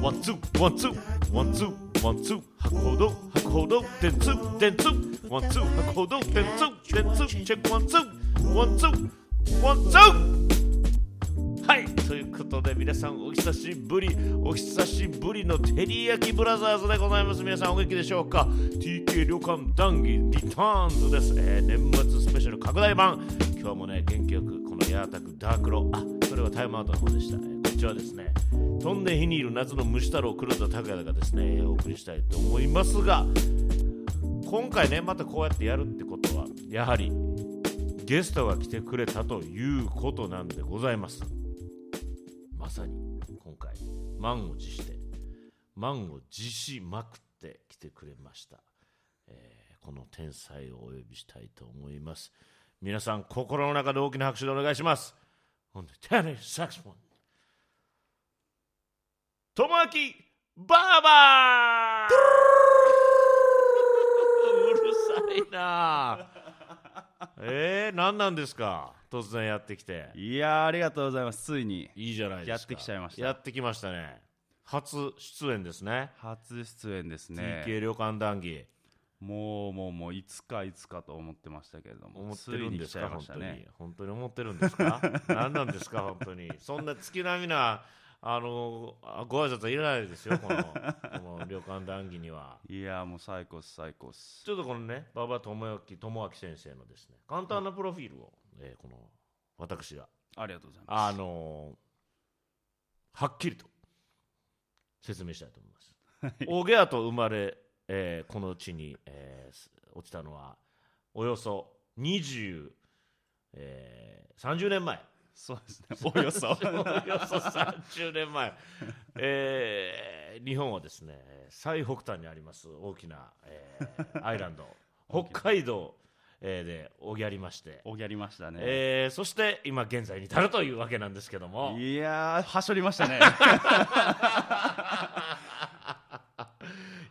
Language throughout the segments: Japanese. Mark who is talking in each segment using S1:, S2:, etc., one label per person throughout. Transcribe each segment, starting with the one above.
S1: ワンツーワンツーワンツー箱ほど箱ほど電通電通ワンツー箱ほど電通電通チェックワンツーワンツーワンツーはいということで皆さんお久しぶりお久しぶりの照り焼きブラザーズでございます皆さんお元気でしょうか TK 旅館談義リターンズです、えー年末スペシャル拡大版今日もね元気よくこのヤータクダークロあそれはタイムアウトの方でした、えーこっちはですね飛んで火にいる夏の虫太郎黒田拓也がですねお送りしたいと思いますが今回ねまたこうやってやるってことはやはりゲストが来てくれたということなんでございますまさに今回満を持して満を持しまくって来てくれました、えーこの天才をお呼びしたいと思います皆さん心の中で大きな拍手でお願いしますほんでテニスサックスフォン友明バーバーうるさいなあ えー、何なんですか突然やってきて
S2: いやーありがとうございますついに
S1: いいじゃないですか
S2: やってきちゃいました
S1: やってきましたね初出演ですね
S2: 初出演ですね
S1: TK 旅館談義
S2: もうもうもういつかいつかと思ってましたけれども
S1: 思ってるんですか、本当
S2: ついに来ちゃいましたね
S1: に本当に思ってるんですか 何なんですか本当にそんな月並みなあのあご挨拶はいらないですよこのこの旅館談義にはい
S2: やーもう最高っす最高っす
S1: ちょっとこのね馬場智之智明先生のですね簡単なプロフィールを、えーこの私が
S2: ありがとうございます
S1: あ のはっきりと説明したいと思います。大ゲアと生まれ、えーこの地に、えーす落ちたのはおよそ20、えー30年 前。
S2: そうですねおよそ
S1: およそ30年前、えー日本はですね最北端にあります大きな、えーアイラ ンド北海道、えーでおぎゃりまして、
S2: おぎゃりましたね、
S1: えーそして今現在に至るというわけなんですけども
S2: いやーはしょりましたね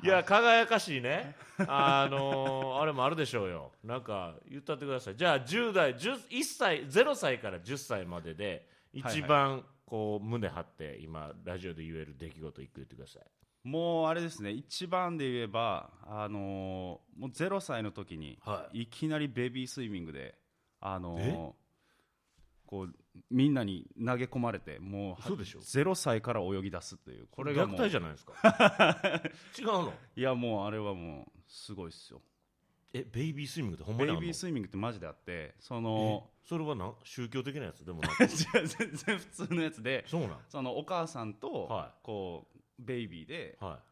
S1: いや輝かしいねあのーあれもあるでしょうよなんか言ったってくださいじゃあ10代1歳0歳から10歳までで一番こう胸張って今ラジオで言える出来事一個言ってください
S2: もうあれですね一番で言えばあのーもう0歳の時に、、
S1: はい
S2: きなりベビースイミングであのー
S1: え
S2: こうみんなに投げ込まれてもう
S1: そうでしょ
S2: 0歳から泳ぎ出すというこれがも
S1: 虐
S2: う
S1: 待じゃないですか 違うの
S2: いやもうあれはもうすごいっすよ
S1: えベイビースイミングってほんまに
S2: ベ
S1: あん
S2: イ
S1: の
S2: ビースイミングってマジであってその
S1: それはな宗教的なやつでもな
S2: 違う全然普通のやつで
S1: そうなん
S2: そのお母さんと
S1: は
S2: こうベイビーで
S1: は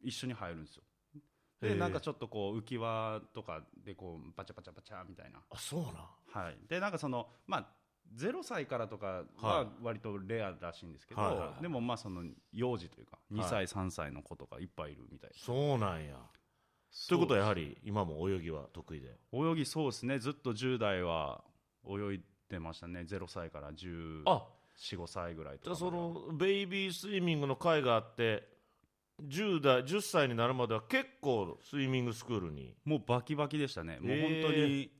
S2: 一緒に入るんですよ
S1: い
S2: で
S1: えー
S2: なんかちょっとこう浮き輪とかでこうバチャバチャバチャみたいな
S1: あそうなん
S2: はいでなんかそのまあ0歳からとか
S1: は
S2: はい割とレアらしいんですけど、
S1: はいはいはい
S2: でもまあその幼児というか2歳、3歳の子とかいっぱいいるみたい
S1: そうなんやということはやはり今も泳ぎは得意で
S2: 泳ぎそうですねずっと10代は泳いでましたね0歳から1415
S1: あ
S2: 歳ぐらいと
S1: じゃ
S2: か
S1: あそ
S2: までは
S1: のベイビースイミングの会があって10代10歳になるまでは結構スイミングスクールに
S2: もうバキバキでしたねもう
S1: えー
S2: 本当に、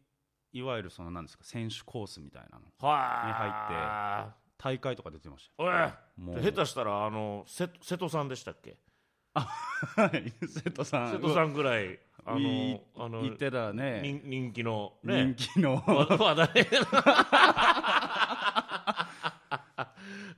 S2: いわゆるそのなんですか選手コースみたいなの
S1: は
S2: 大会とか出てましたよ
S1: いに入って
S2: も
S1: おい下手したらあの瀬戸瀬戸さんでしたっけ
S2: はい瀬戸さん
S1: 瀬戸さんぐらいあ
S2: うわい
S1: のあの
S2: 言ってたらね
S1: 人人気のね
S2: 人気の
S1: 話題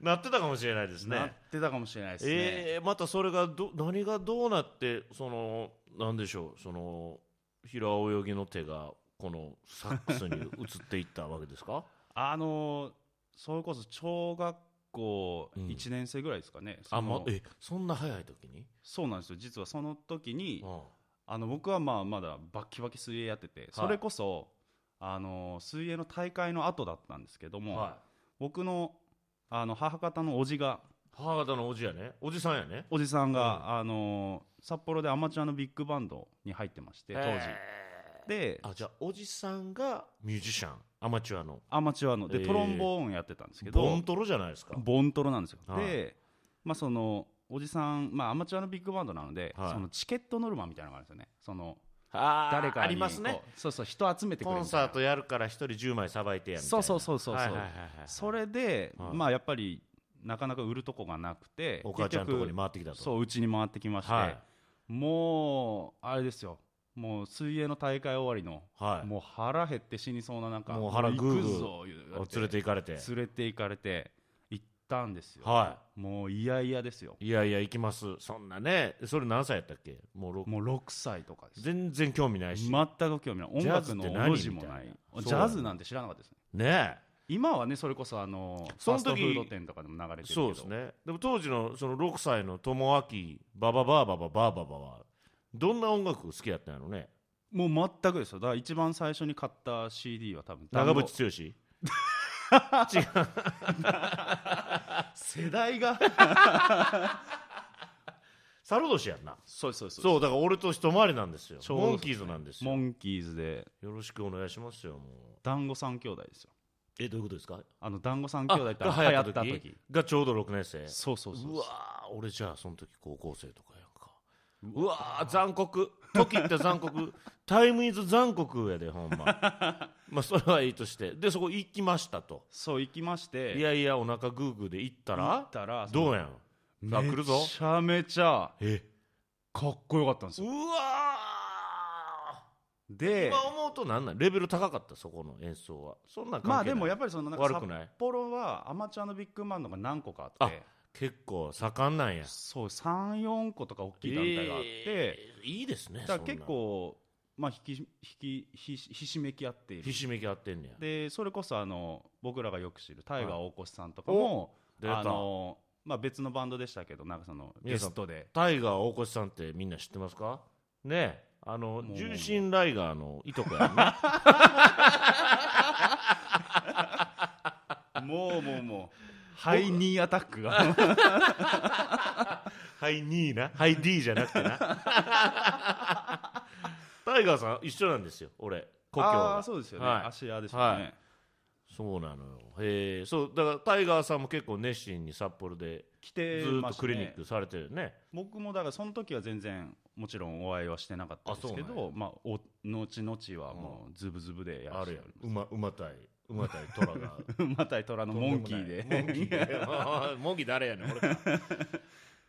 S1: なってたかもしれないです
S2: なっ
S1: ね。
S2: てたかもしれないですね、
S1: えーまたそれがど何がどうなってそのなんでしょうその平泳ぎの手がこのサックスに移っていったわけです か
S2: あのーそれこそ小学校
S1: うん
S2: 1年生ぐらいですかね、
S1: あ、
S2: その
S1: ま、えそんな早い時に、
S2: そうなんですよ実はその時に
S1: うん
S2: あの僕はまあまだバッキバキ水泳やってて、それこそあの水泳の大会の後だったんですけども、
S1: は
S2: 僕のあの母方のおじが
S1: い、母方のおじやねおじさんやね
S2: おじさんが、あの札幌でアマチュアのビッグバンドに入ってまして当時、
S1: へー
S2: で
S1: あじゃあおじさんがミュージシャンアマチュアの
S2: アマチュアので、
S1: えー
S2: トロンボーンやってたんですけど
S1: ボントロじゃないですか
S2: ボントロなんですよ、
S1: はい
S2: で、まあ、そのおじさん、まあ、アマチュアのビッグバンドなので、
S1: はい
S2: そのチケットノルマみたいなのがあるんですよねその
S1: 誰
S2: 誰かに
S1: ありますね
S2: こうそうそう人集めてくれ
S1: コ
S2: る
S1: ン
S2: みたい
S1: サ
S2: な
S1: ートやるから一人10枚さばいてやみたいな
S2: そうそうそうそうそう
S1: はいはいはいはい
S2: それで、
S1: はい
S2: まあやっぱりなかなか売るとこがなくて
S1: お母ちゃんのところに
S2: 結
S1: 回ってきた
S2: 局
S1: と
S2: そううちに回ってきまして、
S1: はい
S2: もうあれですよもう水泳の大会終わりの、
S1: はい
S2: もう腹減って死にそうな中
S1: もう腹グーグー
S2: 行くぞ言う
S1: お連れて行かれて
S2: 連れて行かれて行ったんですよ、
S1: は
S2: もういやいやですよ
S1: いいやいや行きますそんなねそれ何歳やったっけもうろく
S2: もう6歳とかです
S1: 全然興味ないし
S2: 全く興味ない音楽の
S1: ジャズって何
S2: 文字もない
S1: みたいな
S2: ジャズなんて知らなかったですね
S1: ね
S2: 今はねそれこそあの
S1: その時
S2: ファストフード店とかでも流れてる
S1: え
S2: けど
S1: そうですねでも当時のその6歳の友明バババーバババーババはどんな音楽好きやったんやろね
S2: もう全くですよだから一番最初に買った CD は多分
S1: 長
S2: ダンロ
S1: 渕剛
S2: 世代が
S1: 猿年やんな
S2: そうそうそう
S1: そうだから俺と一回りなんですよ
S2: ちょうど
S1: モンキーズなんですよ
S2: モンキーズで
S1: よろしくお願いしますよもう
S2: 団子三兄弟ですよ
S1: えどういうことですか
S2: あの団子三兄弟って
S1: が
S2: あの流行った時
S1: がちょうど6年生
S2: そうそうそう
S1: う
S2: そう
S1: わー俺じゃあその時高校生とかやんかうわー残酷時って残 酷タイムイズ残酷やでほんままあそれはいいとしてでそこ行きましたと
S2: そう行きまして
S1: いやいやお腹グーグーで行った
S2: 行
S1: ら
S2: ったら
S1: どうやん
S2: そ
S1: あ
S2: の
S1: 来るぞ
S2: めちゃめちゃ
S1: え
S2: かっこよかったんです
S1: う
S2: よ
S1: わー
S2: で
S1: 今思うとなんなんレベル高かったそこの演奏はそんなん関係ない
S2: まあでもやっぱりそのなんか
S1: 悪くない
S2: 札幌はアマチュアのビッグマンドが何個かあって
S1: 結構盛んなんや
S2: そう34個とか大きい団体があって、
S1: えーいいですね
S2: だから
S1: そんなん
S2: 結構まあ引き引きひしひしめき合っている
S1: ひしめき合ってんねや
S2: でそれこそあの僕らがよく知るタイガー大越さんとかも、
S1: 出た
S2: あのまあ、別のバンドでしたけどなんかそのゲ
S1: 皆さん
S2: ストで
S1: タイガー大越さんってみんな知ってますかねえあの
S2: もう
S1: 重心ライガーのいとこやんな
S2: もうもうもう ハイニーアタックが
S1: ハイニーなハイ D じゃな くてなタイガーさん一緒なんですよ俺 故郷
S2: あ
S1: は
S2: ーそうですよね、
S1: はい
S2: 芦屋ですよね、
S1: はいそうなのよへえそうだからタイガーさんも結構熱心に札幌で
S2: 来
S1: ず
S2: て
S1: ー
S2: ま
S1: っと
S2: す
S1: クリニッ
S2: ね
S1: クされてるね
S2: 僕もだからその時は全然もちろんお会いはしてなかったですけ
S1: あそうなん
S2: どまあお後々はもうズブズブでやら
S1: あ
S2: せ
S1: る
S2: て
S1: やん馬馬対馬対虎が
S2: またい虎のモンキーで
S1: モンキーでおい モンキー誰やねん俺か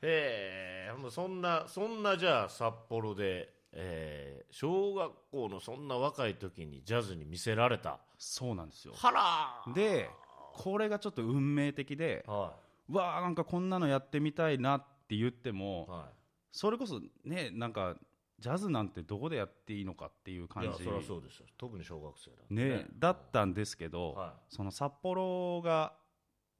S1: ええほんまそんなそんなじゃあ札幌で、えー小学校のそんな若い時にジャズに見せられた
S2: そうなんですよ
S1: はらー
S2: でこれがちょっと運命的で
S1: は
S2: わあなんかこんなのやってみたいなって言っても
S1: いは
S2: それこそねなんかジャズなんてどこでやっていいのかっていう
S1: いい
S2: 感
S1: やそ
S2: じ
S1: りゃそうですよ特に小学生だって
S2: ねだったんですけど
S1: は
S2: その札幌が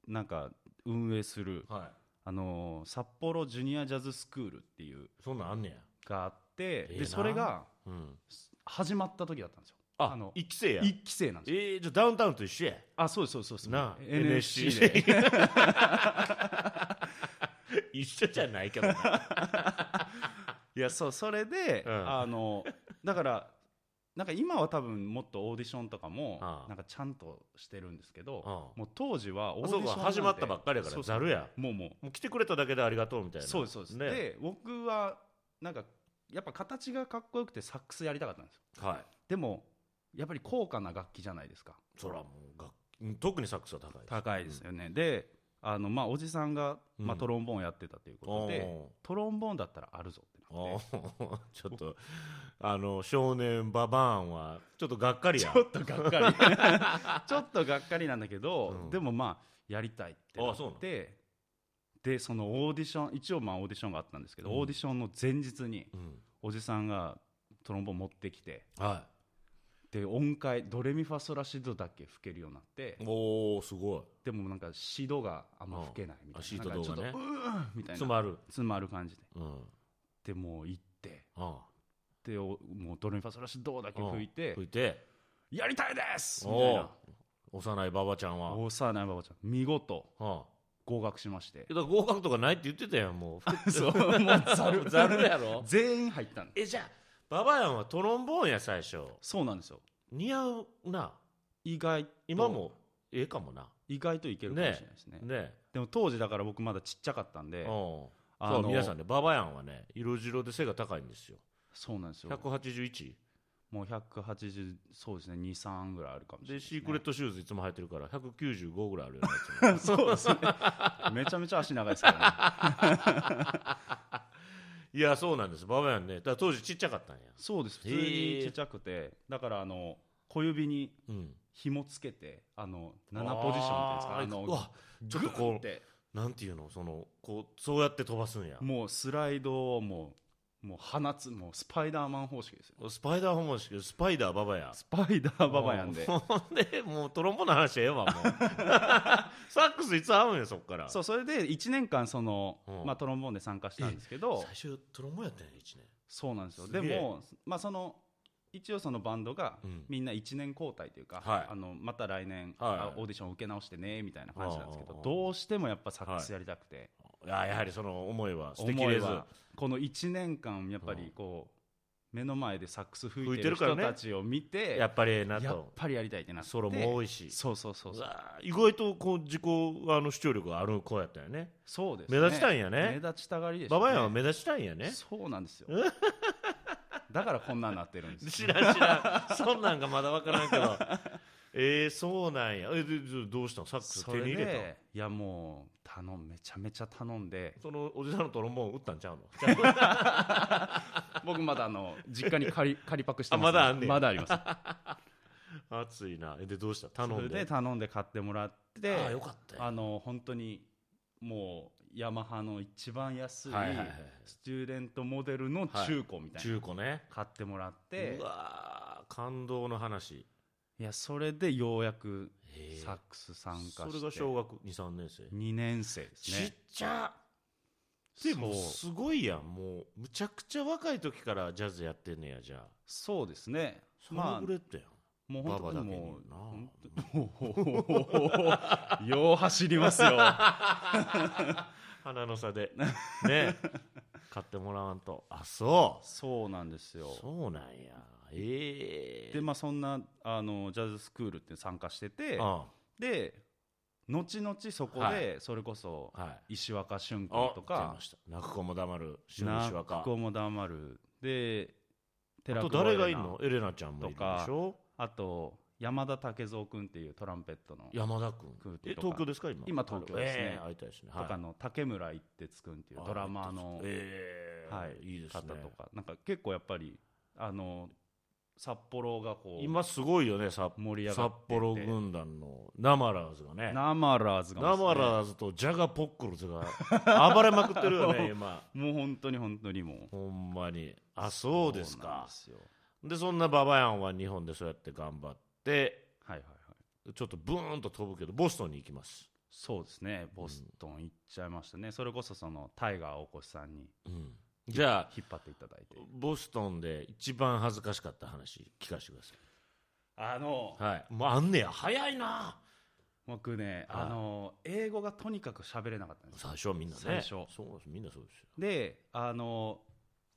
S2: なんか運営する
S1: いはい
S2: あのー札幌ジュニアジャズスクールっていう
S1: そんなんあんねや
S2: があって
S1: ええ
S2: で
S1: な
S2: それが
S1: うん
S2: 始まった時だったんですよ
S1: あ
S2: あの
S1: 一期生や
S2: 一期生なんですよ
S1: えー、じゃあダウンタウンと一緒や
S2: あそうですそうですそうです
S1: なあ
S2: NSC で
S1: 一緒じゃないけどな
S2: いやそうそれで、
S1: うん
S2: あのだからなんか今は多分もっとオーディションとかも
S1: ああ
S2: なんかちゃんとしてるんですけど
S1: ああ
S2: もう当時はオー
S1: あ
S2: ディ
S1: そ
S2: シ
S1: うか
S2: ョンなんて
S1: 始まったばっかりやか
S2: そ
S1: ら
S2: うそう
S1: ざるや
S2: もうも
S1: もう来てくれただけでありがとうみた
S2: う
S1: いな
S2: そうですそうです、
S1: ね
S2: で僕はなんかやっぱ形がかっこよくてサックスやりたかったんですよ
S1: はい
S2: でもやっぱり高価な楽器じゃないですか
S1: そらもう楽うん特にサックスは高いです
S2: 高いですよね、であの、まあ、おじさんが、
S1: う
S2: まあ、
S1: ん
S2: トロンボーンやってたということで、トロンボーンだったらあるぞって
S1: お
S2: なっ
S1: お
S2: て
S1: ー ちょっとあの少年ババーンはちょっとがっかり
S2: ち
S1: や
S2: ょっとがっかりちょっとがっかりなんだけど、
S1: うん
S2: でもまあやりたいってな
S1: あそうな
S2: っ
S1: の
S2: てでそのオーディション一応まあオーディションがあったんですけど、
S1: うん
S2: オーディションの前日に
S1: うん
S2: おじさんがトロンボーン持ってきて
S1: は
S2: で音階ドレミファソラシドだけ吹けるようになって
S1: いおおすごい
S2: でもなんかシドがあんま吹けないみたい
S1: あシ
S2: な
S1: ート
S2: な
S1: 動画
S2: んかちょっと
S1: ね
S2: うーんみたいな
S1: 詰まる
S2: 詰まる感じで
S1: うん
S2: でもう行って
S1: あ
S2: でおもうドレミファソラシドだ
S1: あ
S2: け吹いて
S1: 拭いて
S2: 「やりたいです!」みたい
S1: お
S2: な
S1: お幼いババちゃんは
S2: 幼いばばちゃん見事
S1: はあ
S2: 合格しまして
S1: だから合格とかないって言ってたやんもう
S2: そうもうざ る
S1: ざるやろ
S2: 全員入ったん
S1: えじゃあババやんはトロンボーンや最初
S2: そうなんですよ
S1: 似合うな
S2: 意外と
S1: 今もええかもな
S2: 意外といけるかもしれないですね
S1: ね
S2: でも当時だから僕まだちっちゃかったんで
S1: うん
S2: あ
S1: そ
S2: の
S1: う皆さんねババヤンはね色白で背が高いんですよ
S2: そうなんですよ
S1: 181
S2: もう180そうですね23ぐらいあるかもしれない
S1: で
S2: です
S1: シ
S2: ね、
S1: ークレットシューズいつも履いてるから195ぐらいあるよねいつも
S2: そうで すねめちゃめちゃ足長いですからね
S1: いやそうなんですババヤンねだから当時ちっちゃかったんや
S2: そ うです普通にちっちゃくてだからあの小指に
S1: うん
S2: 紐つけてあの7ポジションって
S1: あ
S2: いうんですかあ
S1: ー
S2: の
S1: うわちょっとこ
S2: グッて
S1: うなんていうのそのこうそうやって飛ばすんや
S2: もうスライドをもうもう放つもうスパイダーマン方式ですよ
S1: スパイダーホモしけどスパイダーババヤ
S2: スパイダーババヤンで
S1: ほんでもうトロンボの話はええ わもうサックスいつ合うんやそっから
S2: そうそれで1年間その、
S1: うん
S2: まあ、トロンボーンで参加したんですけど
S1: 最初トロンボやったんや1年
S2: そうなんですよ
S1: す
S2: で
S1: げえ
S2: も、まあ、その一応そのバンドが
S1: うん
S2: みんな1年交代というか、
S1: はい
S2: あのまた来年、
S1: はい
S2: あオーディション受け直してねみたいな感じなんですけ
S1: あああ
S2: ど
S1: あ
S2: どうしてもやっぱサックスやりたくて、
S1: いややはりその思いは捨てき
S2: 思
S1: れ
S2: い
S1: ず
S2: はこの1年間やっぱ
S1: うん
S2: りこう目の前でサックス吹
S1: 吹
S2: い
S1: い
S2: て
S1: て
S2: る
S1: るから
S2: 人
S1: ね
S2: たちを見て
S1: やっぱりええな
S2: やっ
S1: と
S2: ぱりやりたいってなって
S1: ソロも多いし
S2: そうそうそう
S1: う
S2: そう
S1: わー意外とこう自己あの主張力がある子やったよね
S2: そうです、
S1: 目立ちたいんや
S2: 目
S1: ね
S2: 立ちたがりでした
S1: バ
S2: ね
S1: バヤンは目立ちたいんやね
S2: そうな んですよだからこんなんなってるんですよ
S1: 知らん知らんそんなんがまだ分からんけど えー、そうなんやえででどうしたのサックス
S2: そ
S1: 手
S2: れ
S1: に入れたの
S2: でいやもう頼んめちゃめちゃ頼んで
S1: そのおじさんのトロンボーン打ったんちゃうの
S2: 僕まだあの実家に借り借りパクしてま
S1: あ
S2: す、
S1: まだあんねや
S2: まだあります
S1: 熱いなえでどうした 頼
S2: そ
S1: ん
S2: れ
S1: で
S2: で頼んで買ってもらって
S1: ああよかったよ
S2: あの本当にもうヤマハの一番安い
S1: はいはいはい
S2: スチューデントモデルの中古みたいな
S1: 中古ね
S2: 買ってもらって
S1: うわー感動の話
S2: いやそれでようやく
S1: へー
S2: サックス参加
S1: それ
S2: し
S1: が
S2: て
S1: 小学23年生
S2: 2年生で
S1: ち
S2: す
S1: っ
S2: ね
S1: ちゃでも
S2: そう
S1: すごいやんもうむちゃくちゃ若い時からジャズやってんねやじゃあ
S2: そうですね
S1: サ
S2: ま
S1: ラ
S2: あ
S1: ブレッドやん、
S2: もう
S1: ババ
S2: 本当
S1: だ
S2: に
S1: けに
S2: もう
S1: な
S2: 本当 よう走りますよ
S1: 鼻の差 でね買ってもらわんとあ そう
S2: そうなんですよ
S1: そうなんやええ
S2: でまあそんなあのジャズスクールって参加してて
S1: あ
S2: で後々そこ
S1: は
S2: でそれこそ
S1: はい
S2: 石若
S1: あ
S2: 俊君と
S1: とか
S2: か
S1: 泣く子も黙る
S2: 「
S1: 死ぬしわか
S2: 泣く子も黙る」で
S1: あ
S2: 寺
S1: と
S2: 久
S1: 誰がい
S2: エレ
S1: ん
S2: ナ
S1: のエレナちゃんもいるでしょ
S2: あと山田武蔵君っていうトランペットの
S1: 山田
S2: 来
S1: 君
S2: るとか
S1: え東京ですか今
S2: 今東京ですね
S1: ええ会いたいですね
S2: とかの竹村一徹君っていうドラマーの
S1: ええ
S2: はい
S1: いいですね
S2: 方とかなんか結構やっぱりあの札幌がこう
S1: 今すごいよね札
S2: 盛り上が
S1: 札
S2: ってて
S1: 幌軍団のナマラーズがね
S2: ナマラーズが
S1: ナマ
S2: ー
S1: ラーズとジャガポックルズが 暴れまくってるよ ね今
S2: もう本当に本当にもう
S1: ほんまにあそうです
S2: そうなん
S1: か
S2: ですよ
S1: でそんなババヤンは日本でそうやって頑張って
S2: はいはいはい
S1: ちょっとブーンと飛ぶけどボストンに行きます、
S2: そうですねボストン行っちゃいましたね、それこそそのタイガー大越さんに
S1: うんじゃあ
S2: 引っ張っていただいて
S1: ボストンで一番恥ずかしかった話聞かせてくださ
S2: あの
S1: いはいもうあんねや早いな
S2: 僕ね、
S1: はい
S2: あの英語がとにかく喋れなかったんですよ
S1: 最初はみんなね
S2: 最初
S1: そうですみんなそうですよ
S2: であの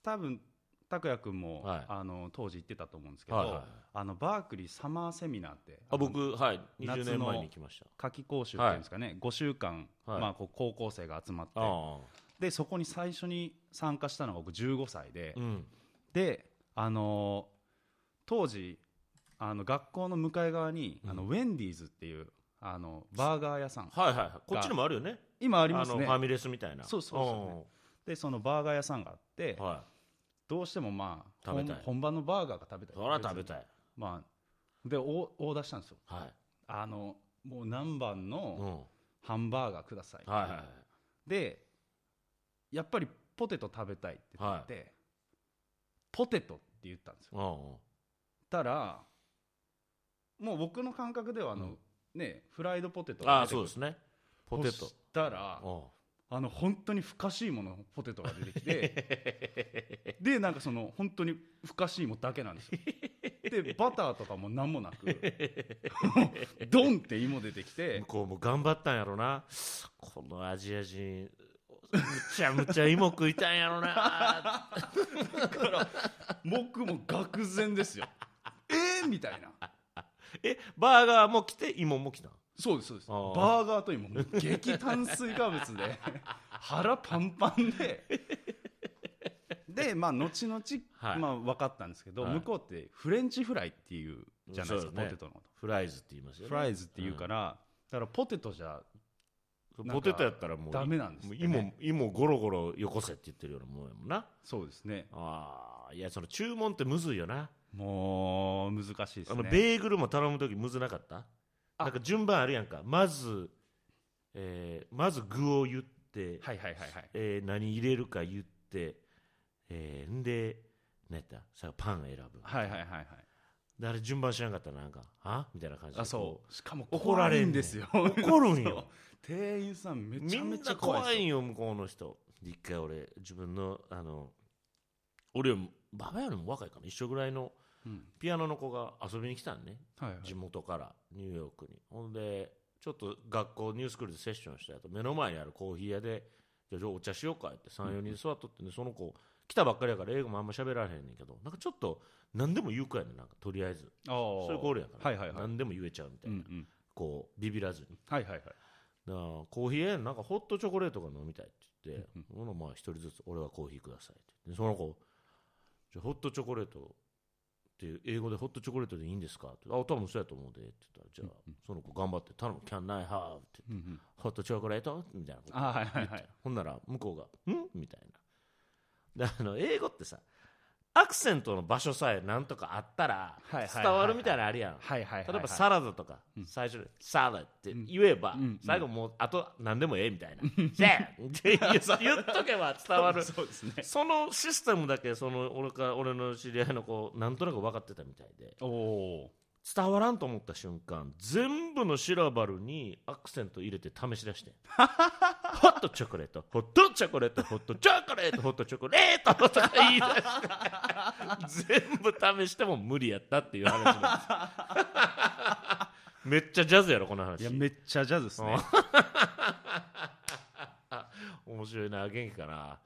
S2: 多分拓也君も、
S1: はい
S2: あの当時行ってたと思うんですけど、
S1: はいはいはい
S2: あのバークリーサマーセミナーって
S1: あ僕はい
S2: 夏の
S1: 20年前に行きました
S2: 夏季講習っていうんですかね、5週間、
S1: はい
S2: まあ、こう高校生が集まって
S1: ああ
S2: でそこに最初に参加したのが僕15歳で、
S1: うん
S2: で、あのー当時あの学校の向かい側に、
S1: うん
S2: あのウェンディーズっていうあのバーガー屋さん
S1: はいはいはいこっちにもあるよね
S2: 今あります
S1: あの
S2: ね
S1: ファミレスみたいな
S2: そうそうそでそのバーガー屋さんがあって、
S1: うんはい
S2: どうしてもまあ
S1: 食べたい
S2: 本本場のバーガーが食べたい
S1: そら食べたい
S2: まあ、でオーオーダーしたんですよ
S1: はい
S2: あのもう何番
S1: うん
S2: の
S1: はい
S2: ハンバーガーください、
S1: はいはい
S2: でやっぱりポテト食べたいって言って、ポテトって言ったんですよ
S1: うんうん
S2: たらもう僕の感覚ではあの、ねフライドポテト
S1: あ
S2: が
S1: あそ
S2: 出てく
S1: う
S2: る
S1: ですねポテト
S2: そしたら
S1: う
S2: あの本当に不可思いものポテトが出てきて でなんかその本当に不可思いもだけなんですよでバターとかも何もなくもうドンって芋出てき
S1: ん
S2: て
S1: 向こうも頑張ったんやろなこのアジア人むちゃむちゃ芋食いたんやろな
S2: 僕も愕然ですよえー、みたいな
S1: えバーガーも来て芋も来たん
S2: そうですそうです
S1: あ
S2: バ
S1: ー
S2: ーガーと芋もう 激炭水化物で腹パンパンででまあ後々、
S1: はい
S2: まあ、分かったんですけど、
S1: はい
S2: 向こうってフレンチフライっていうじゃないです
S1: そう
S2: か
S1: ですね
S2: ポテトのこと
S1: フライズって言いますよね
S2: フライズっていうから、だからポテトじゃ
S1: そう
S2: なん
S1: ポ
S2: か
S1: テトやったらもう
S2: ダメなんですっ
S1: もう
S2: てね
S1: 芋芋ゴロゴロよこせって言ってるようなもんやもんな
S2: そうですね
S1: あーいやその注文ってむずいよな、
S2: もう難しいです
S1: あ
S2: ね
S1: のベーグルも頼む時むずなかった
S2: あ
S1: なんか順番あるやんかまず、えーまず具を言って、
S2: はいはいはいはい
S1: えー何入れるか言って、えーんで何やったさパン選ぶ
S2: はいはいはいはい
S1: であれ順番知らんかったらなんかあみたいな感じで
S2: あそうしかも
S1: 怒られんねん
S2: 怖いんですよ
S1: こう怒るん
S2: そ
S1: よ
S2: う店員さんめ
S1: み
S2: ちゃめ
S1: ん
S2: ちゃ
S1: な
S2: 怖い
S1: 怖
S2: です
S1: い
S2: よ
S1: んよ向こうの人で一回俺自分のあの俺よりもババよりも若いかな一緒ぐらいの
S2: うん
S1: ピアノの子が遊びに来たんね
S2: はいはい
S1: 地元からニューヨークにほんでちょっと学校ニュースクールでセッションしてあと目の前にあるコーヒー屋でじゃあお茶しようかって34人で座っとってねその子来たばっかりやから英語もあんま喋られへんねんけどなんかちょっと何でも言う子やねんなんかとりあえず
S2: ああ
S1: そういう子おるやから、
S2: はいはいはい
S1: 何でも言えちゃうみた
S2: う
S1: い
S2: んう
S1: な、
S2: ん
S1: こうビビらずに
S2: はいはいはい
S1: なあコーヒー屋なんかホットチョコレートが飲みたいって言って
S2: うん、
S1: ほなまあ一人ずつ俺はコーヒーくださいって言ってその子じゃあホットチョコレートっていう英語でホットチョコレートでいいんですかってあ多分そうやと思うでって言ったらじゃあその子頑張って頼む Can I have って
S2: うんうん
S1: ホットチョコレートみたいなこと
S2: あはいはいはい
S1: ほんなら向こうが「ん?」みたいなであの英語ってさアクセントの場所さえなんとかあったら
S2: はいはいはいはい
S1: 伝わるみたいなのあるやん
S2: はいはいはい
S1: 例えばサラダとか最初に「サラダ」って言えば
S2: うんうん
S1: 最後もうあと何でもええみたいな「せん!」って言う言っとけば伝わる
S2: そうですね
S1: そのシステムだけその俺か俺の知り合いの子なんとなく分かってたみたいで
S2: おお
S1: 伝わらんと思った瞬間全部のシラバルにアクセント入れて試し出 してんホットチョコレートホットチョコレートホットチョコレートホットチョコレートとか言い出して全部試しても無理やったっていう話なんです めっちゃジャズやろこの
S2: い
S1: 話
S2: やめっちゃジャズですね
S1: 面白いな元気かな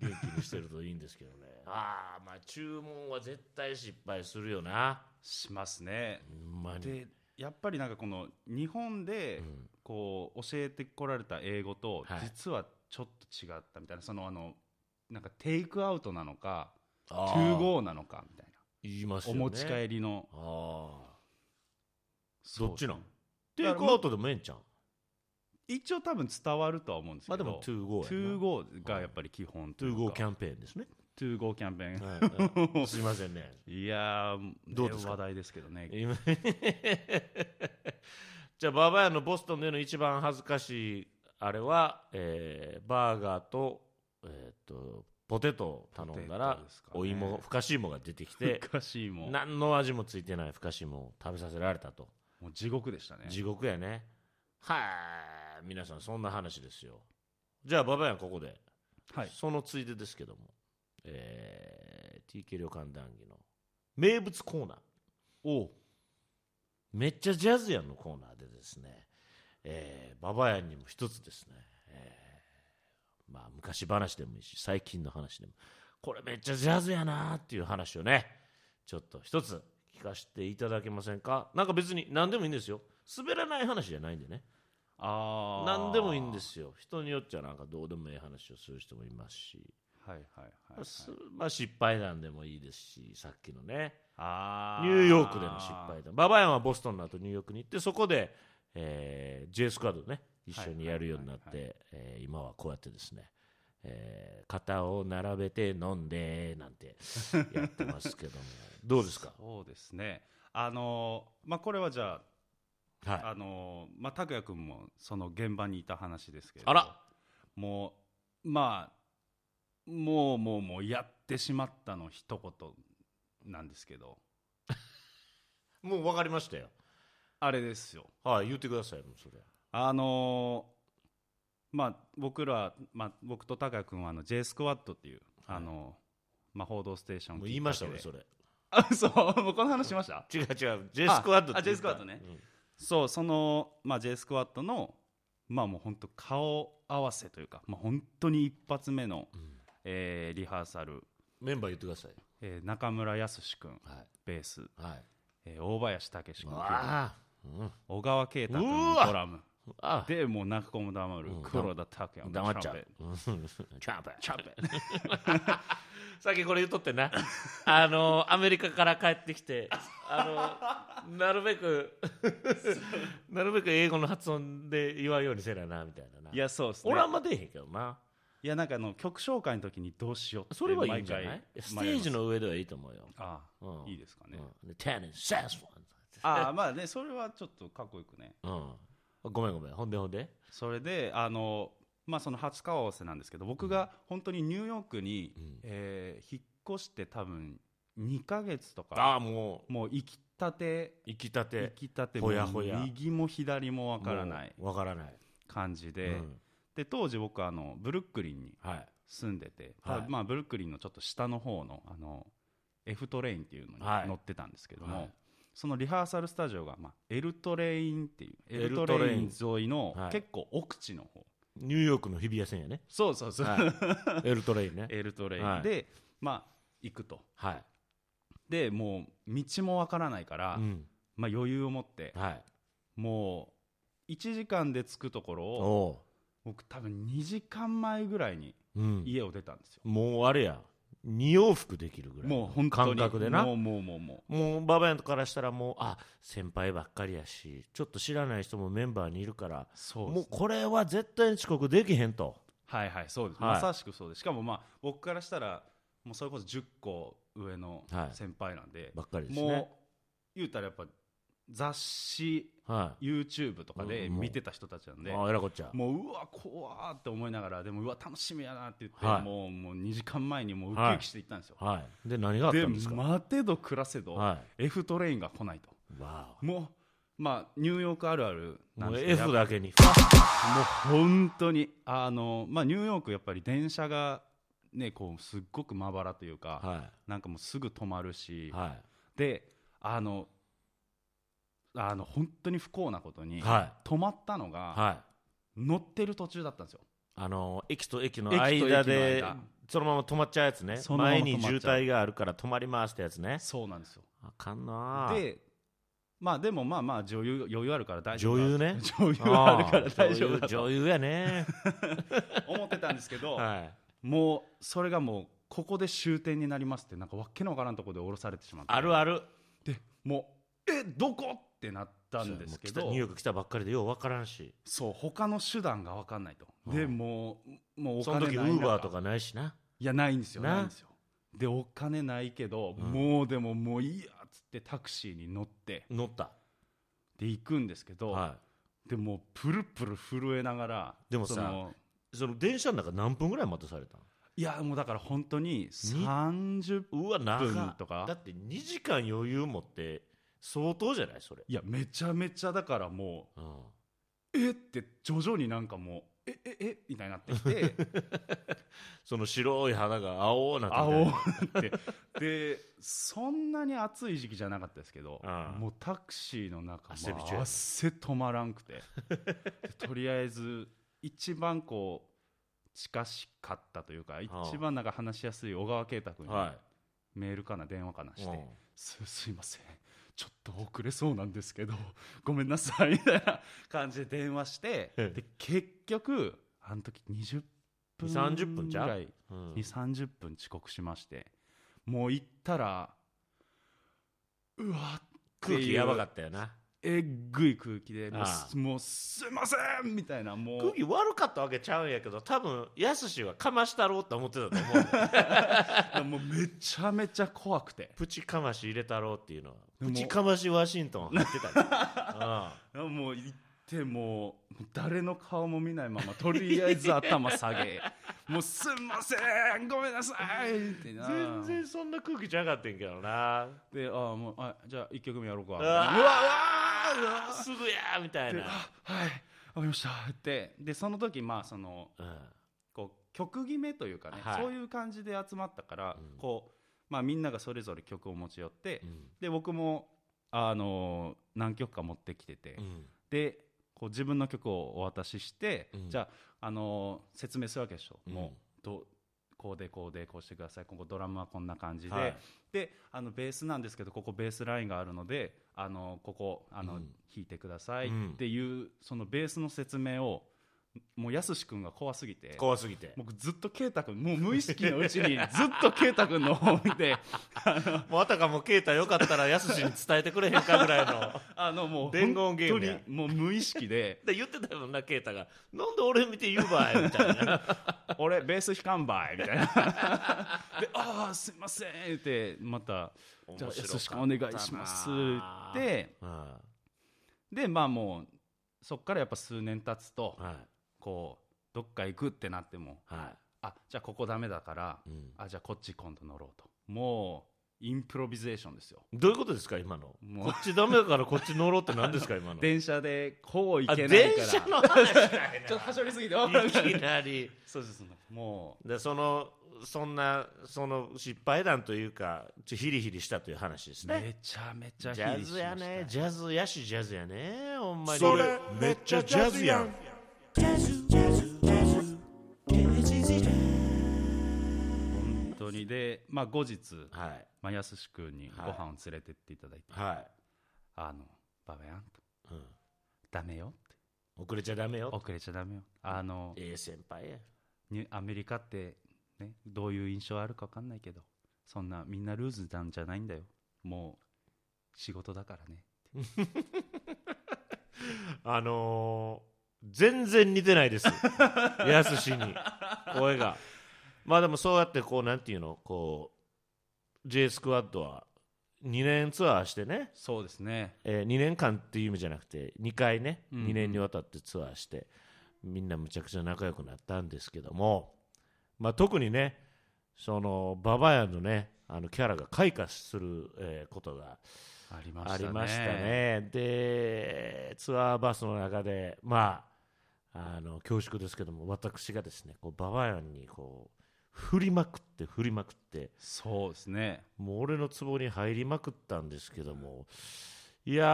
S1: 元気にしてるといいんですけどねああまあ注文は絶対失敗するよな
S2: しますね
S1: ほんまに
S2: でやっぱりなんかこの日本で
S1: うん
S2: こう教えてこられた英語と
S1: はい
S2: 実はちょっと違ったみたいなそのあのなんかテイクアウトなのか
S1: あー
S2: to go なのかみたいな
S1: 言いますよ
S2: お
S1: ね
S2: 持ち帰りの
S1: ああ
S2: そう
S1: どっちなん
S2: だ
S1: テイ
S2: から
S1: クアウトでもええんちゃう
S2: 一応多分伝わるとは思うんです
S1: ま
S2: け
S1: あで
S2: ど
S1: も 2GO や
S2: 2GO がやっぱり基本というか
S1: 2GO キャンペーンですね、
S2: 2GO キャンペーン
S1: はいはいすいませんね
S2: いやー、ね
S1: どうですか
S2: 話題ですけどね。
S1: 今じゃあババアのボストンでの一番恥ずかしいあれは、えーバーガーと,、えー、とポテトを頼んだ
S2: ポテ
S1: ら、
S2: トですかね
S1: お芋ふかし芋が出てきて
S2: おかしいもん。も
S1: 何の味もついてないふかし芋を食べさせられたと
S2: う地獄でしたね。
S1: 地獄やねはい皆さんそんな話ですよじゃあババアはここで、
S2: はい。
S1: そのついでですけども、えー、TK 旅館談義の名物コーナー
S2: おう
S1: めっちゃジャズやんのコーナーでですね、えー、ババヤンにも一つですね、えーまあ昔話でもいいし、最近の話でも、これめっちゃジャズやなーっていう話をね、ちょっと一つ聞かせていただけませんかなんか別に何でもいいんですよ。滑らない話じゃないんでね。
S2: あー
S1: 何でもいいんで。すよ。人によっちゃなんかどうでもいい話をする人もいますし、
S2: はいはいはい、はい。
S1: すまあ失敗談でもいいですし、さっきのね。
S2: あ
S1: ニューヨークでの失敗。だ。ババヤンはボストンの後ニューヨークに行って、そこで、えー J スクワッドね、一緒にやるようになっ
S2: はいはい
S1: て、えー今はこうやってですね、えー肩を並べて飲んで、なん てやってますけども、どうですか
S2: そうですね。あのーまあ、これはじゃ
S1: はい
S2: あ、。あのーまあ、拓也君もその現場にいた話ですけれど。
S1: あら
S2: もう、まあ、もうもうもうやってしまったの一言なんですけど、
S1: もう分かりましたよ。
S2: あれですよ。
S1: はい、言ってください、もうそれ。
S2: あのーまあ、僕ら、まあ、僕と高谷君はあの J スクワットっていう、
S1: はい
S2: あのーまあ、報道ステーション
S1: もう言いました
S2: きっ
S1: 俺、
S2: かけ
S1: そ
S2: で
S1: れ。
S2: あ嘘もうこの話しました
S1: 違う違う、J スクワッド
S2: あ J スクワッドねそうその、まあ、J スクワットのまあもう本当顔合わせというか、まあ、本当に一発目の、えーリハーサル、
S1: メンバー言ってください。
S2: えー中村康君
S1: はい。
S2: ベース、
S1: はい。
S2: えー大林武史君
S1: ああ、う
S2: 小川慶太君
S1: うわ
S2: ドラム
S1: ん。あ
S2: でもう泣く子も黙る
S1: うん
S2: 黒田拓也
S1: あ、
S2: の
S1: 黙っ
S2: ト
S1: ちゃ
S2: ランペッ
S1: う
S2: ト。
S1: うんチャンプ。
S2: チャンペ
S1: さっきこれ言っとってなあのアメリカから帰ってきてあのなるべ くなるべく英語の発音で言わんようにせななみたいなない
S2: やそうですね
S1: 俺あんま出えへんけどない
S2: やなんかあの曲紹介の時にどうしようって
S1: それはいいんじゃな
S2: 毎
S1: い
S2: 回
S1: ステージの上ではいいと思うよ、
S2: ああ、
S1: うん
S2: いいですかね、
S1: うんで、テニスサスフォン
S2: ああまあねそれはちょっとかっこよくね
S1: うん、ごめんごめんほんでほんで
S2: それであのまあその初顔合わせなんですけど僕が本当にニューヨークに、
S1: うん
S2: えー引っ越して多分2ヶ月とか
S1: ああも
S2: もう行きたて
S1: う行きた
S2: 行
S1: て
S2: きたて
S1: ほやほや
S2: もう右も左もわからない
S1: もうわからない
S2: 感じで、
S1: うん
S2: で当時僕あのブルックリンに
S1: はい
S2: 住んでて、
S1: はい
S2: まあ、ブルックリンのちょっと下の方のあの F トレインっていうのに
S1: はい
S2: 乗ってたんですけども、
S1: はい
S2: そのリハーサルスタジオが、まあ、L トレインっていう
S1: L
S2: L トレイン沿いの
S1: はい
S2: 結構奥地の方、
S1: ニューヨークの日比谷線やね
S2: そうそうそう、
S1: はいエルトレイン ね
S2: L トレイン、
S1: はい
S2: で、まあ、行くと
S1: はい、
S2: でもう道もわからないから、
S1: うん
S2: まあ、余裕を持って
S1: はい、
S2: もう1時間で着くところ
S1: お
S2: を
S1: お
S2: 僕多分2時間前ぐらいに
S1: う、うん、
S2: 家を出たんですよ、
S1: もうあれや2往復できるぐらいの
S2: もう本当に
S1: 感覚でな
S2: もうもうもうもう
S1: もうババヤンからしたらもうあ先輩ばっかりやしちょっと知らない人もメンバーにいるから
S2: そう
S1: も
S2: です
S1: うこれは絶対に遅刻できへんと
S2: はいはいそうです、
S1: はい
S2: まさしくそうですしかもまあ僕からしたらもうそれこそ10個上の
S1: はい
S2: 先輩なんで、
S1: ばっかりです
S2: もう、
S1: ね
S2: 言うたらやっぱ雑誌
S1: は
S2: YouTube とかで
S1: うんもう
S2: 見てた人たちなん
S1: い
S2: で、
S1: あえらこっちゃ
S2: もううわ怖ーって思いながらでもうわ楽しみやなって言って、
S1: はい
S2: もうもう2時間前にもうウキウキしていったんですよ、
S1: はいで何があった
S2: で
S1: んですか
S2: 待てど暮らせど、
S1: は
S2: F トレインが来ないと
S1: いわ
S2: もうまあニューヨークあるある
S1: あも
S2: な
S1: う
S2: んですけど
S1: F だけ に
S2: もう本当にあの、まあ、ニューヨークやっぱり電車が、ね、こうすっごくまばらというか、
S1: は
S2: なんかもうすぐ止まる
S1: い
S2: し、
S1: は
S2: であのあの本当に不幸なことに、
S1: いはい
S2: 止まったのが
S1: はい
S2: 乗ってる途中だったんですよ。
S1: あの駅と駅の
S2: 駅と駅の
S1: 間で
S2: 間
S1: そのまま止まっちゃうやつね
S2: そのまま止
S1: 前
S2: まっちゃう
S1: に渋滞があるから止まりますってやつね
S2: そうなんですよ
S1: あかんなあ
S2: でまあでもまあまあ女優余裕あるから大丈夫
S1: 女優ね
S2: 女優あるから大丈夫
S1: ああ女
S2: だ
S1: 優
S2: と
S1: 女優や ね
S2: 思ってたんですけど、
S1: はい
S2: もうそれがもうここで終点になりますってなんかわっけのわからんところで降ろされてしまって
S1: あるある
S2: でもうえどこってなったんですけ
S1: そうもう来た
S2: ど
S1: ニューヨーク来たばっかりでようわからんし
S2: そう他の手段が分かんないと、
S1: うん
S2: でもうもうお
S1: その
S2: 金ない
S1: 時ウ
S2: 中
S1: ーバーとかないしない
S2: やないんですよ
S1: な
S2: ないんですよでお金ないけど、
S1: うん
S2: もうでももういいやっつってタクシーに乗って
S1: 乗った
S2: で行くんですけど、
S1: は
S2: でもうプルプル震えながら
S1: でもさ
S2: その
S1: いその電車の中何分ぐらい待たされたの
S2: いやもうだから本当に30
S1: うわ長
S2: 分
S1: っ
S2: とか
S1: だって2時間余裕持って相当じゃないそれ
S2: いやめちゃめちゃだからも
S1: うん
S2: うえって徐々になんかもうえええみたいになってきて
S1: その白い花が青なってみたい
S2: 青
S1: な
S2: ってでそんなに暑い時期じゃなかったですけど、
S1: うん
S2: もうタクシーの中も
S1: 汗びちょい
S2: 汗止まらんくてでとりあえず一番こう近しかったというか一番なんか話しやすい小川慶太君に
S1: は
S2: メールかな電話かないして、
S1: うん
S2: すすいませんちょっと遅れそうなんですけど ごめんなさいみたいな感じで電話して
S1: ええ
S2: で結局あの時20分
S1: 30分
S2: ぐ
S1: ちゃう
S2: らい
S1: うん
S2: 2 3 0分遅刻しましてもう行ったらうわっていう
S1: 空気やばかったよな
S2: えっぐい空気でもう
S1: ああ
S2: もうすいませんみたいなも
S1: 空
S2: う
S1: 気悪かったわけちゃうんやけど多分やすしはかましたろうと思ってたと思う
S2: もうめちゃめちゃ怖くて
S1: プチかまし入れたろうっていうのは
S2: でも
S1: プチかましワシントン入ってたよ あ
S2: もう行ってもうもう誰の顔も見ないままとりあえず頭下げ もうすいませんごめんなさいってな
S1: あ全然そんな空気じゃなかったんやけどな
S2: でああもうあじゃあ1曲目やろうか
S1: うわ
S2: うわ
S1: うわすぐやみたい
S2: で
S1: な、
S2: あはいわかりましたってでその時まあその
S1: うん
S2: こう曲決めというかね、
S1: はい
S2: そういう感じで集まったから、
S1: うん
S2: こうまあ、みんながそれぞれ曲を持ち寄って、
S1: うん
S2: で僕も、あのー何曲か持ってきてて、
S1: うん
S2: でこう自分の曲をお渡しして、
S1: うん
S2: じゃあ、あのー説明するわけでしょ、
S1: うん
S2: もうどこうでこうでこうしてくださいここドラムはこんな感じで、
S1: はい
S2: であのベースなんですけどここベースラインがあるので、あのーここあの、
S1: うん
S2: 弾いてくださいっ
S1: うん
S2: ていうそのベースの説明をもうやすし君が怖すぎて
S1: 怖すぎて
S2: 僕ずっと圭太君もう無意識のうちにずっと圭太君の方を見て
S1: もうあたかも啓太よかったらやすしに伝えてくれへんかぐらいの
S2: あのもう
S1: 伝言ゲームや
S2: 本当にもう無意識 で
S1: で言ってたよな啓太が「なんで俺見て言うばい」み たいな
S2: 「俺ベース弾かんばい」みたいな で「ああすいません」言ってまた「じゃあやすし君お願いします」っ
S1: で、
S2: て
S1: うん
S2: でまあもうそっからやっぱ数年経つと
S1: はい
S2: こうどっか行くってなっても
S1: は
S2: あじゃあここダメだから
S1: い、うん
S2: あじゃあこっち今度乗ろうともうインプロビゼーションですよ
S1: どういうことですか今の
S2: もう
S1: こっちダメだからこっち乗ろうって何です か今の
S2: 電車でこう行
S1: あ
S2: けない
S1: 電
S2: から
S1: 車の話だよ な
S2: ちょっとはしょりすぎて
S1: いきなり
S2: そうですそうですも
S1: でそのそんなその失敗談というかちょヒリヒリしたという話です
S2: う
S1: ね
S2: めちゃめち
S1: ジ
S2: ゃ
S1: ャズやねジャズやしジャズやねほんまに
S3: それめっちゃジャズやん
S2: 本当にで、まあ、後日、
S1: はい
S2: まあ、やすし君にご
S1: はい
S2: 飯を連れてっていただいて「
S1: は
S2: あのババヤン」と
S1: い、うん、
S2: 「ダメよ」って
S1: 遅れちゃダメ
S2: 「
S1: よ
S2: 遅れちゃダメよ」あの
S1: ええ先輩や
S2: にアメリカって、ね、どういう印象あるか分かんないけどそんなみんなルーズなんじゃないんだよもう仕事だからね
S1: あのー全然似てないです やすしに声がまあでもそうやってこうなんていうのこう J スクワッドは2年ツアーしてね
S2: そうですね
S1: え2年間っていう意味じゃなくて2回ね
S2: うん
S1: 2年にわたってツアーして、みんなむちゃくちゃ仲良くなったんですけども、まあ、特にねそのババアのねあのキャラが開花する、えーことが
S2: ありま
S1: あ
S2: したね
S1: りましたねでツアーバスの中でまああの恐縮ですけども私がですねこうババアにこう振りまくって振りまくって
S2: そうですね
S1: もう俺の壺に入りまくったんですけども、いや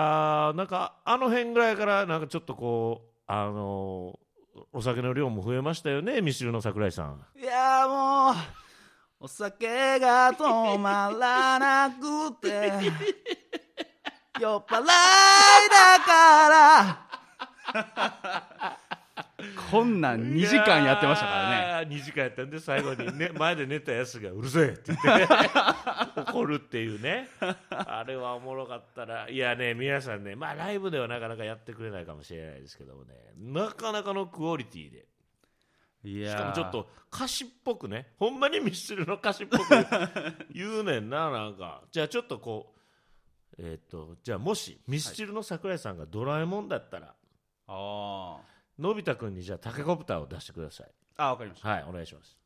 S1: ー、なんかあの辺ぐらいから、なんかちょっとこう、あのーお酒の量も増えましたよね、ミシルの桜井さん。
S2: いやもうお酒が止まらなく て酔っ払いだからこんなん2時間やってましたからね
S1: ね。2時間やったんで、最後に、 ね、前で寝たやつがうるせえって言って、怒るっていうね、あれはおもろかったら、いやね、皆さんね、まあ、ライブではなかなかやってくれないかもしれないですけどもね、なかなかのクオリティで。
S2: い
S1: し
S2: や
S1: かも
S2: ー
S1: ちょっと歌詞っぽくねほんまにミスチルの歌詞っぽく言うねんななんかじゃあちょっとこうえーっ、とじゃあもしミスチルの桜井さんがドラえもんだったら、
S2: あ
S1: のび太くんにじゃあタケコプターを出してください
S2: ーあわかりました
S1: はいお願いします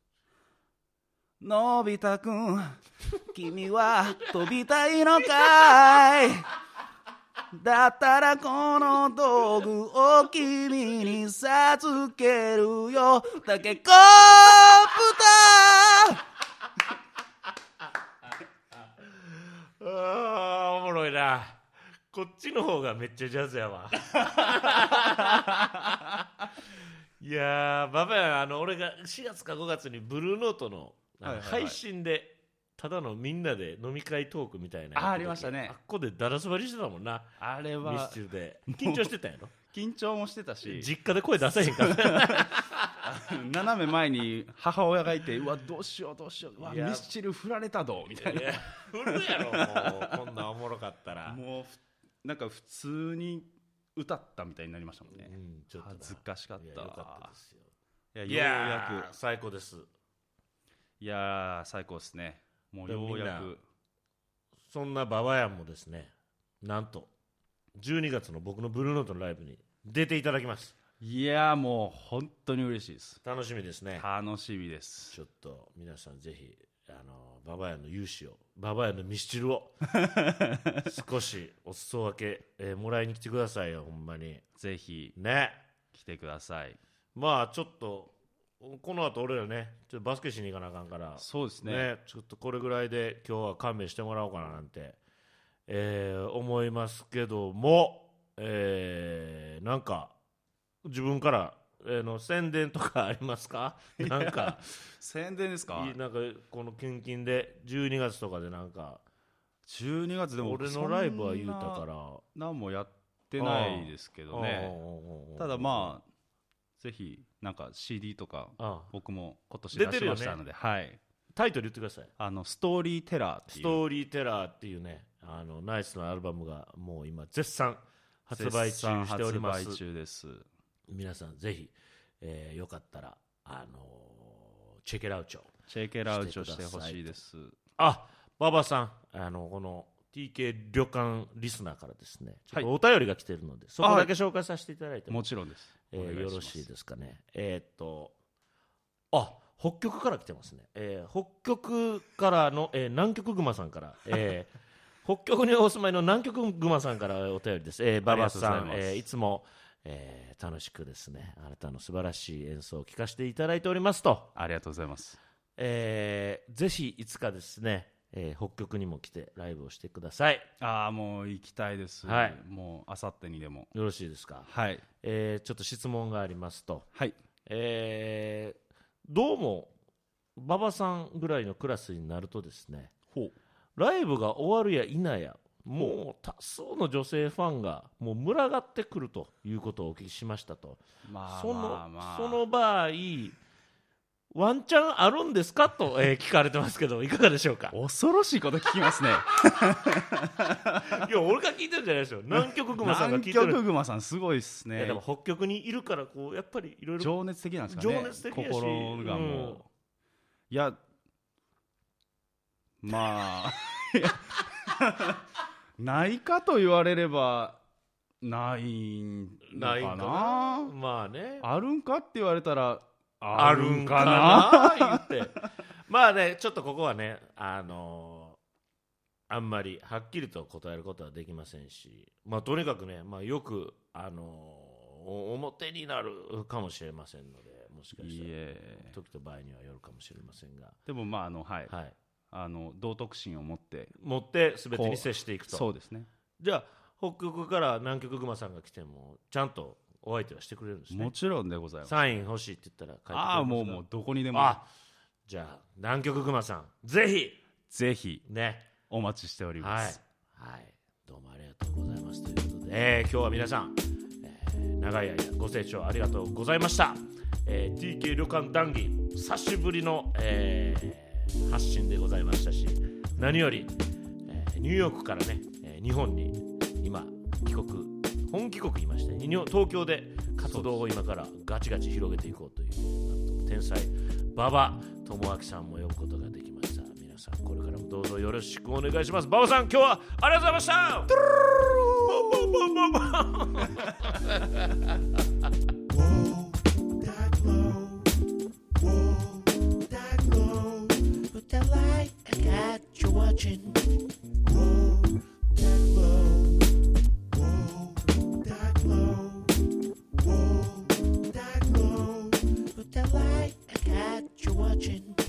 S2: のび太くん、 君は飛びたいのかいだったらこの道具を君に授けるよ。タケコプ
S1: あーおもろいなこっちの方がめっちゃジャズや わいやーババヤンあの俺が4月か5月にブルーノートのあの
S2: はいはいはい
S1: 配信でただのみんなで飲み会トークみたいな
S2: あー
S1: やった時
S2: ありましたね
S1: あっこでだらすばりしてたもんな
S2: タあれ
S1: ミ
S2: は
S1: スチルで緊張してたんやろ
S2: 緊張もしてたし、
S1: 実家で声出せへん から
S2: 斜め前に母親がいて、うわ、どうしようどうしよう、うわ、
S1: いや
S2: ミスチル振られたど、みたい
S1: いや振るやろもうこんなんおもろかった
S2: な。
S1: ら、
S2: もうふ、なんか普通に歌ったみたいになりましたもん
S1: う
S2: ね。
S1: ん、ちょっとな
S2: 恥ずかしかっ
S1: いや
S2: た
S1: よ
S2: わ。
S1: かったですよ
S2: いや、ようや
S1: ー
S2: く。
S1: 最高です
S2: いやー最高ですねもう
S1: でも
S2: ようや
S1: みん
S2: く
S1: そんなババヤンもですね、なんと、12月の僕のブルーノートのライブに出ていただきます。
S2: いやーもう本当に嬉しいです
S1: 楽しみですね。
S2: 楽しみです
S1: ちょっと皆さんぜひ、あの、ババヤンの勇姿を、ババヤンのミスチルを、少しお裾分け、えーもらいに来てくださいよ、ほんまに。
S2: ぜひ
S1: ね。
S2: 来てください
S1: まあ、ちょっと、この後俺らね、ちょっとバスケしに行かなあかんから、
S2: そうですね
S1: ね、ちょっとこれぐらいで今日は勘弁してもらおうかななんて、えー思いますけども、えーなんか自分から、えーの宣伝とかありますかなんか
S2: 宣伝ですか
S1: いいなんかこのキュンキュンで12月とかでなんか
S2: 12月でも
S1: 俺のライブは言うたから
S2: ら何もやってないですけどね
S1: おうおうおうおう
S2: ただまあぜひなんか CD とか
S1: ああ
S2: 僕も今年
S1: 出
S2: 出
S1: て
S2: し
S1: るよ
S2: ま
S1: ね
S2: したので、はい
S1: タイトル言ってください
S2: あのストーリーテラーって
S1: ス
S2: いう
S1: トーリーテラーっていうねあのナイスのアルバムがもう今絶賛発売中しております
S2: 絶賛発売中です
S1: 皆さんぜひ、えーよかったらあのーチェケラウチョ
S2: チェケラウチをしてほしいです
S1: あ馬場さんあのこの TK 旅館リスナーからですねちょっ
S2: はい
S1: とお便りが来てるので、そこだけ紹介させていただいても
S2: もちろんです、
S1: えー
S2: お願
S1: よ
S2: ま
S1: ろしいですかねえーっとあ北極から来てますね、えー北極からの、えー南極熊さんから、え ー北極にお住まいの南極熊さんからお便りです、えー、馬場さ
S2: ありがと
S1: ん
S2: うございます
S1: えーいつも、えー楽しくですねあなたの素晴らしい演奏を聴かせていただいておりますと
S2: ありがとうございます
S1: えーぜひいつかですね、えー北極にも来てライブをしてください
S2: ああもう行きたいです、
S1: はい
S2: もうあさってにでも
S1: よろしいですか、
S2: はい
S1: えーちょっと質問がありますと、
S2: はい
S1: えーどうも馬場さんぐらいのクラスになるとですね
S2: ほう
S1: ライブが終わるや否やもう多数の女性ファンがもう群がってくるということをお聞きしましたと
S2: まあ
S1: その,、
S2: まあまあ
S1: その場合ワンチャンあるんですかと、えー聞かれてますけどいか がでしょうか
S2: 恐ろしいこと聞きますね
S1: いや俺が聞いてるんじゃないですよ南極熊さんが聞い
S2: 南
S1: てる
S2: 極熊さんすごいっす
S1: いや
S2: ね
S1: でも北極にいるからこうやっぱりいろいろ
S2: 情熱的なんですかね
S1: 情熱的やし
S2: 心がもう、
S1: うん
S2: いやまあ いやないかと言われればないんの
S1: ないん
S2: か
S1: かな
S2: な
S1: まあね
S2: あるんかって言われたら
S1: あるんかな言ってまあねちょっとここはねあのーあんまりはっきりと答えることはできませんしまあとにかくね、まあ、よくあのーお表になるかもしれませんのでもしか
S2: い
S1: し
S2: い
S1: たら
S2: え
S1: 時と場合にはよるかもしれませんが、
S2: でもまああのはい、
S1: はい、
S2: あの道徳心を持って
S1: 持って全てに接していくと
S2: そうですね
S1: じゃあ北極から南極熊さんが来てもちゃんとお相手はしてくれるんですね
S2: もちろんでございます
S1: サイン欲しいって言ったら書いてくれます
S2: ああもうもうどこにでも
S1: あじゃあ南極熊さんぜひ
S2: ぜひ
S1: ね
S2: お待ちしており
S1: は
S2: ま
S1: い
S2: す、、
S1: はい、どうもありがとうございますということで、えー今日は皆さん、えー長い間ご清聴ありがとうございました、えー TK 旅館談義久しぶりの、えー発信でございましたし何より、えーニューヨークからね、えー日本に今帰国本帰国いまして日本東京で活動を今からガチガチ広げていこうというなんと天才馬場智明さんも呼ぶことができました皆さんこれからもどうぞよろしくお願いします馬場さん今日はありがとうございました
S3: Whoa, that glow. Whoa, that glow. Put that light, I got you watching. Whoa, that glow. Whoa, that glow. Whoa, that glow. Put that light, I got you watching.